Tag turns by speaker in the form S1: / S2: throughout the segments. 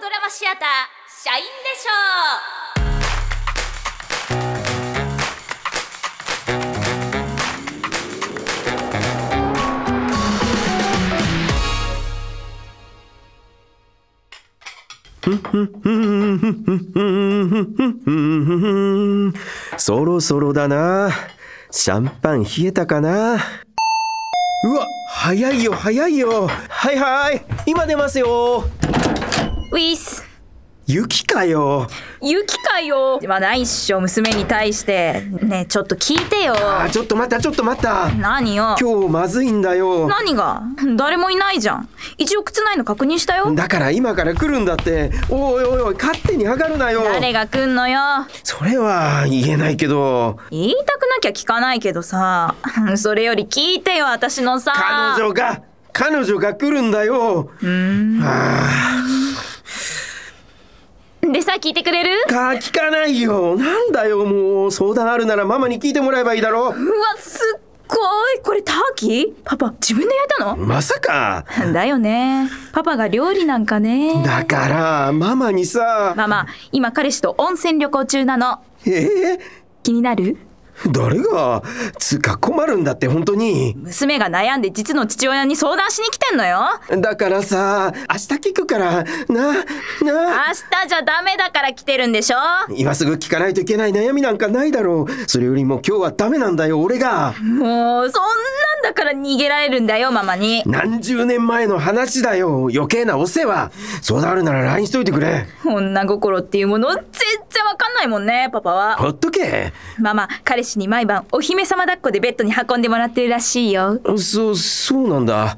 S1: ドラマシアター社員でしょ
S2: そろそろだな。シャンパン冷えたかな。うわ、早いよ、早いよ。はいはい、今出ますよ。
S1: うウィス
S2: 雪かよ。
S1: 雪かよ
S3: まあないっしょ娘に対してねえちょっと聞いてよ
S2: あ、ちょっと待った、ちょっと待った。
S3: 何よ
S2: 今日まずいんだよ。
S3: 何が誰もいないじゃん一応靴ないの確認したよ
S2: だから今から来るんだって。おいおいおい、勝手に上がるなよ。
S3: 誰が来んのよ
S2: それは言えないけど、
S3: 言いたくなきゃ聞かないけどさ それより聞いてよ私のさ
S2: 彼女が、彼女が来るんだよ。あ
S1: でさ聞いてくれる
S2: あ、か聞かないよ。なんだよ、もう。相談あるならママに聞いてもらえばいいだろう。
S3: うわすっごいこれターキーパパ自分で焼いたの
S2: まさか。
S3: だよねパパが料理なんかね
S2: だから、ママにさ、
S3: ママ今彼氏と温泉旅行中なの
S2: ええ
S3: 気になる
S2: 誰が、つうか困るんだって本当に。
S3: 娘が悩んで実の父親に相談しに来てんのよ
S2: だからさ、明日聞くから、な、
S3: 明
S2: な、
S3: 日じゃダメだから来てるんでしょ
S2: 今すぐ聞かないといけない悩みなんかないだろう。それよりも今日はダメなんだよ、俺が。
S3: もうそんなんだから逃げられるんだよママに
S2: 何十年前の話だよ。余計なお世話。相談あるなら LINE しといてくれ。
S3: 女心っていうもの全然わかんないもんねパパは
S2: ほっとけ。
S3: ママ彼氏に毎晩お姫様抱っこでベッドに運んでもらってるらしいよ
S2: そう、そうなんだ。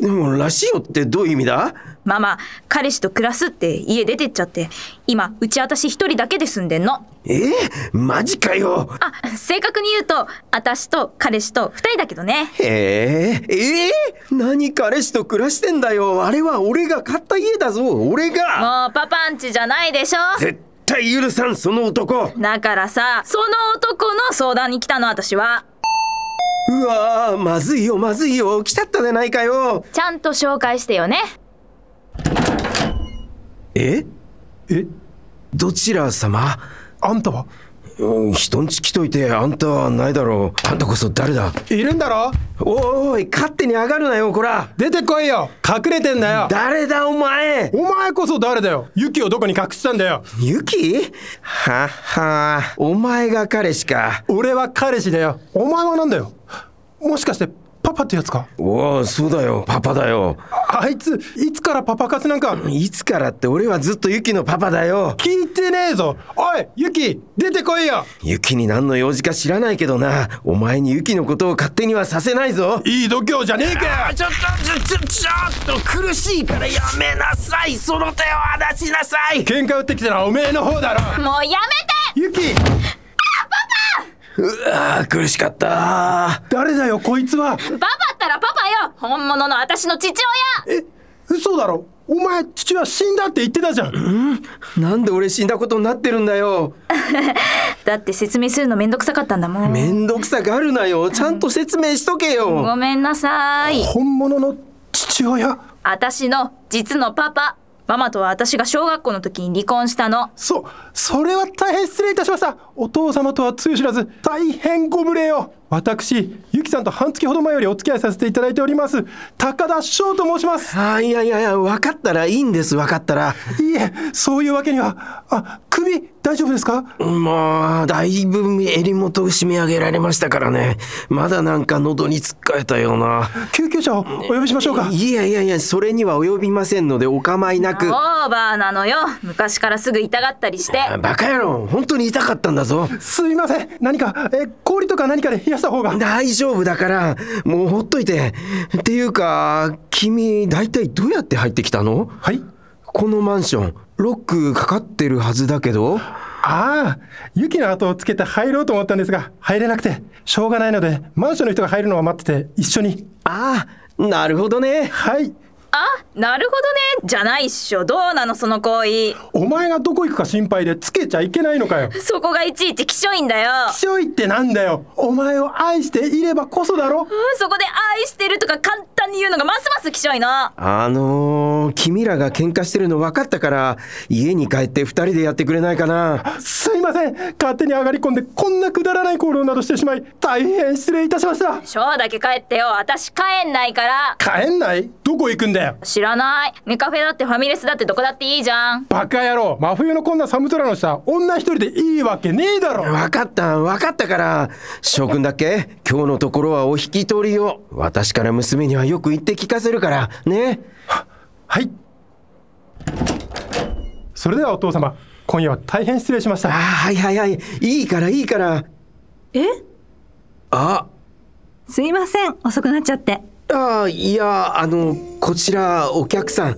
S2: でも、らしいよってどういう意味だ
S3: ママ彼氏と暮らすって家出てっちゃって今うち私一人だけで住んでんの
S2: えマジかよ。
S3: あ正確に言うと私と彼氏と二人だけどね
S2: へえ、ええ何彼氏と暮らしてんだよ。あれは俺が買った家だぞ。俺が
S3: もうパパんちじゃないでしょ
S2: 絶対許さん、その男。
S3: だからさその男の相談に来たの私は
S2: うわぁ、まずいよ、まずいよ。来ちゃったじゃないかよ。
S1: ちゃんと紹介してよね
S2: ええどちら様
S4: あんたは
S2: うん、人んち来といて、あんたはないだろう。あんたこそ誰だ
S4: いるんだろ
S2: おいおい、勝手に上がるなよ、こら。
S4: 出てこいよ隠れてんだよ
S2: 誰だ、お前
S4: お前こそ誰だよユキをどこに隠したんだよ
S2: ユキはっはお前が彼氏か。
S4: 俺は彼氏だよお前はなんだよもしかしてパパってやつか
S2: おお、そうだよ、パパだよ。
S4: ああいついつからパパ活なんか
S2: いつからって俺はずっとユキのパパだよ。
S4: 聞いてねえぞおいユキ出てこいよ
S2: ユキに何の用事か知らないけどな。お前にユキのことを勝手にはさせないぞ。
S4: いい度胸じゃねえかよ
S2: ちょっと、ちょ、ちょ、ちょっと苦しいからやめなさい。その手を離しなさい。
S4: 喧嘩売ってきたのはおめえの方だろ
S1: もうやめて
S4: ユキ
S2: うわぁ、苦しかった。
S4: 誰だよこいつは
S1: パパったらパパよ本物の私の父親
S4: え嘘だろお前父は死んだって言ってたじゃん
S2: なんで俺死んだことになってるんだよ。
S3: だって説明するのめんどくさかったんだもん
S2: めんどくさがるなよ。ちゃんと説明しとけよ。
S3: ごめんなさい
S4: 本物の父親
S3: 私の実のパパママとは私が小学校の時に離婚したの
S4: そ、それは大変失礼いたしました。お父様とはつゆ知らず、大変ご無礼を。私、ゆきさんと半月ほど前よりお付き合いさせていただいております。高田翔と申します。
S2: あいやいやいや、分かったらいいんです、分かったら。
S4: いいえ、そういうわけには。あ、首、大丈夫ですか
S2: まあ、だいぶ襟元を締め上げられましたからね。まだなんか喉に突っかえたような。
S4: 救急車をお呼びしましょうか。
S2: いやいやいや、それには及びませんのでお構いな
S3: オ
S2: く。
S3: ーバーなのよ昔からすぐ痛がったりして
S2: バカ野郎、本当に痛かったんだぞ。
S4: すみません。何か、え、氷とか何かで冷やした方が。
S2: 大丈夫だから、もうほっといて。っていうか、君、大体どうやって入ってきたの
S4: はい。
S2: このマンション、ロックかかってるはずだけど。
S4: ああ、ユキの後をつけて入ろうと思ったんですが、入れなくて、しょうがないので、マンションの人が入るのを待ってて、一緒に。
S2: ああ、なるほどね。
S4: はい。
S3: あなるほどねじゃないっしょどうなのその行為
S4: お前がどこ行くか心配でつけちゃいけないのかよ。
S3: そこがいちいちきしょいんだよ
S4: しょいってなんだよ。お前を愛していればこそだ
S3: う
S4: ろ。
S3: んそこで愛してるとか簡単
S5: 簡単に言うのがますますきしょいな
S2: あのー、君らが喧嘩してるの分かったから、家に帰って二人でやってくれないかな。
S4: すいません勝手に上がり込んでこんなくだらない行動などしてしまい大変失礼いたしました
S3: ショーだけ帰ってよ私帰んないから
S4: 帰んないどこ行くんだよ
S3: 知らないネカフェだってファミレスだってどこだっていいじゃん
S4: バカ野郎真冬のこんな寒空の下女一人でいいわけねえだろ
S2: 分かった、分かったから。翔くんだっけ今日のところはお引き取りを。私から娘にはよく言って聞かせるから、ね。
S4: はいそれではお父様今夜は大変失礼しまし
S2: あー
S4: た
S2: はいはいはい。いいからいいから。
S5: え
S2: あ、
S5: すいません遅くなっちゃって
S2: あーいや、あの、こちらお客さん。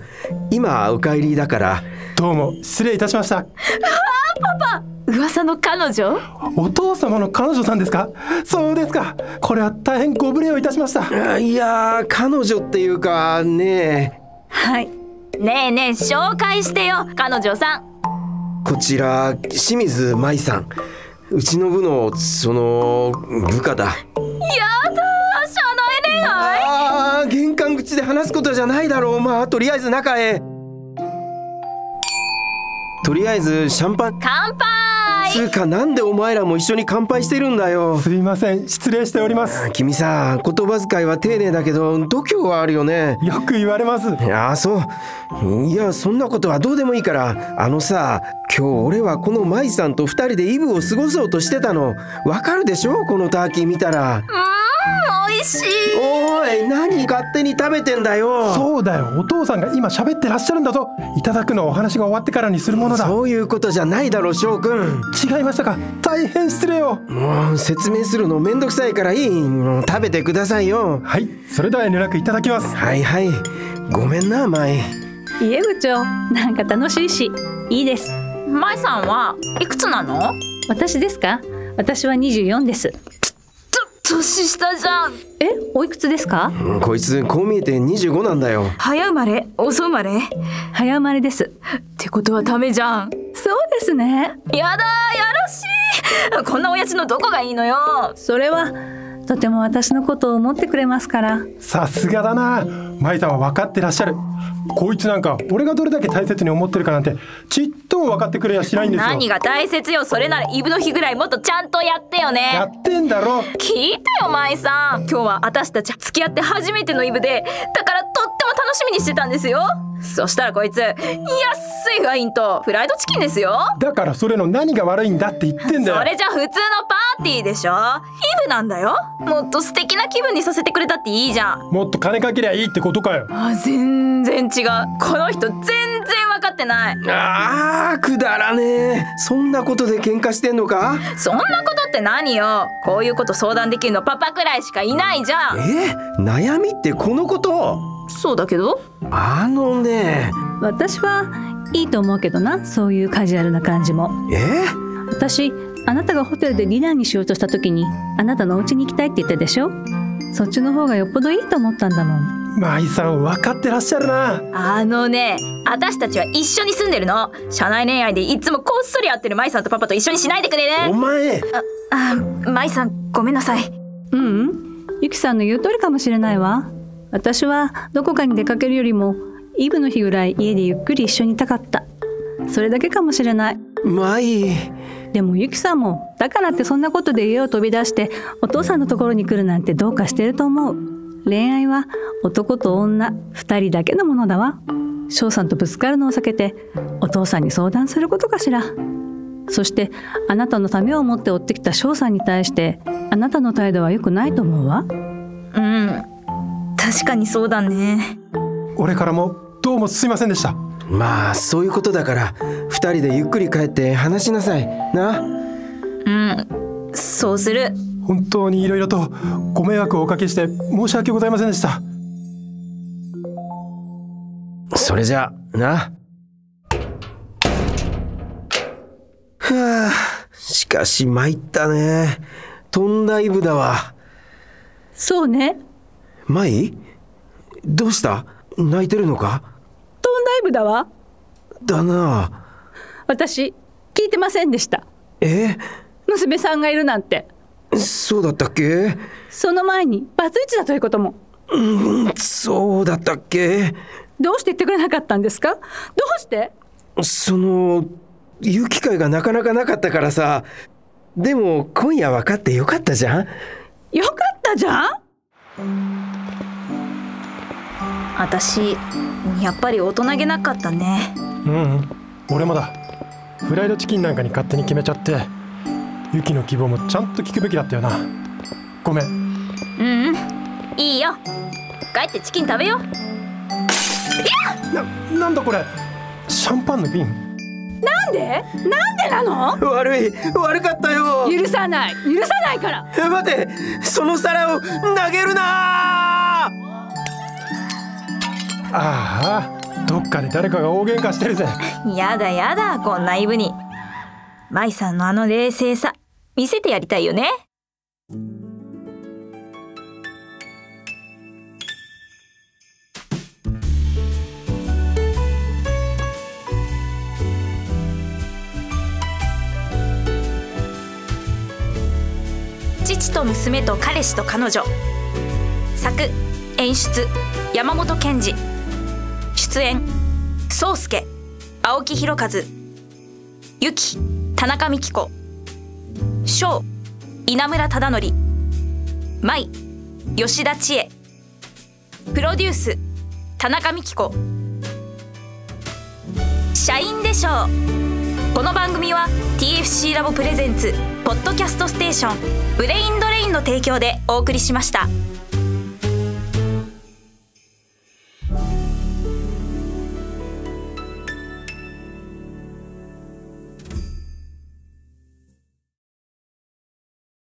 S2: 今、お帰りだから。
S4: どうも失礼いたしました
S3: 噂の彼女
S4: お父様の彼女さんですかそうですかこれは大変ご無礼をいたしました
S2: あいやー、彼女っていうか、ね
S5: はい
S3: ねえねえ紹介してよ彼女さん
S2: え、こちら、清水舞さん。うちの部の、その、部下だ。
S3: あ社内恋愛
S2: ああ、玄関口で話すことじゃないだろう。まあ、とりあえず中へ。とりあえず、シャンパン。
S3: 乾杯
S2: つうか、なんでお前らも一緒に乾杯してるんだよ。
S4: すいません失礼しております
S2: 君さ、言葉遣いは丁寧だけど、度胸はあるよね。
S4: よく言われます
S2: ああそういやそんなことはどうでもいいからあのさ今日俺はこの舞さんと2人でイブを過ごそうとしてたのわかるでしょこのターキー見たら
S3: うん美味しい
S2: おい何勝手に食べてんだよ
S4: そうだよお父さんが今喋ってらっしゃるんだぞいただくのはお話が終わってからにするものだ
S2: そういうことじゃないだろ翔くん
S4: 違いましたか大変失礼を
S2: もう説明するのめんどくさいからいいもう食べてくださいよ
S4: はいそれでは遠慮なくいただきます
S2: はいはいごめんな舞
S6: 家部長なんか楽しいしいいです
S3: 舞さんはいくつなの
S6: 私ですか私は24です
S3: と年下じゃん
S6: えおいくつですか
S2: うんこいつこう見えて25なんだよ
S5: 早生まれ遅生まれ
S6: 早生まれです
S3: ってことはダメじゃん
S6: そうですね
S3: やだやらしいこんな親父のどこがいいのよ
S6: それはとても私のことを思ってくれますから
S4: さすがだな舞さんは分かってらっしゃるこいつなんか俺がどれだけ大切に思ってるかなんてちっとも分かってくれやしないんですよ
S3: 何が大切よそれならイブの日ぐらいもっとちゃんとやってよ
S4: や
S3: ね
S4: ってんだろ
S3: 聞いてよ舞さん今日は私たち付き合って初めてのイブでだからとっても楽しみにしてたんですよそしたらこいつ安いワインとフライドチキンですよ
S4: だからそれの何が悪いんだって言ってんだよ
S3: それじゃ普通のパーティーでしょイブなんだよもっと素敵な気分にさせてくれたっていいじゃん
S4: もっと金かけりゃいいってことかよ
S3: あ全然違うこの人全然分かってない
S2: あーくだらねえそんなことで喧嘩してんのか
S3: そんなことって何よこういうこと相談できるのパパくらいしかいないじゃん
S2: え悩みってこのこと
S3: そうだけど
S2: あのね
S6: 私はいいと思うけどなそういうカジュアルな感じも
S2: え
S6: 私あなたがホテルでディナーにしようとした時にあなたのお家に行きたいって言ったでしょそっちの方がよっぽどいいと思ったんだもん
S4: 舞さん分かってらっしゃるな
S3: あのね私たちは一緒に住んでるの社内恋愛でいつもこっそり会ってるマイさんとパパと一緒にしないでくれ
S2: お
S3: ね
S2: 前
S3: あマイさんごめんなさい
S6: うんうんゆきさんの言う通りかもしれないわ私はどこかに出かけるよりもイブの日ぐらい家でゆっくり一緒にいたかったそれだけかもしれない
S2: まい
S6: でもゆきさんもだからってそんなことで家を飛び出してお父さんのところに来るなんてどうかしてると思う恋愛は男と女2人だけのものだわ翔さんとぶつかるのを避けてお父さんに相談することかしらそしてあなたのためを思って追ってきた翔さんに対してあなたの態度は良くないと思うわ
S3: うん確かにそうだね
S4: 俺からもどうもすいませんでした
S2: まあそういうことだから二人でゆっくり帰って話しなさいな
S3: うんそうする
S4: 本当にいろいろとご迷惑をおかけして申し訳ございませんでした
S2: それじゃあなはあしかし参ったねとんだイブだわ
S6: そうね
S2: 舞どうした泣いてるのか
S6: とんだイブだわ
S2: だな
S6: 私聞いてませんでした
S2: え
S6: 娘さんがいるなんて
S2: そうだったっけ
S6: その前にバツイチだということも
S2: そうだったっけ
S6: どうして言ってくれなかったんですかどうして
S2: その言う機会がなかなかなかったからさでも今夜分かってよかったじゃん
S6: よかったじゃん
S3: 私やっぱり大人げなかったね
S4: うん、うん、俺もだフライドチキンなんかに勝手に決めちゃってユキの希望もちゃんと聞くべきだったよなごめん
S3: うんうんいいよ帰ってチキン食べよう
S4: ななんだこれシャンパンの瓶
S6: なんでなんでなの
S2: 悪い悪かったよ
S6: 許さない許さないから
S2: え待てその皿を投げるな
S4: ああどっかで誰かが大喧嘩してるぜ
S3: やだやだこんなイブに舞さんのあの冷静さ見せてやりたいよね父と娘と彼氏と彼女作演出山本賢治出演宗介青木弘和ゆき田中美希子翔稲村忠則舞吉田千恵プロデュース田中美希子社員でしょうこの番組は TFC ラボプレゼンツポッドキャストステーションブレインドレインの提供でお送りしました。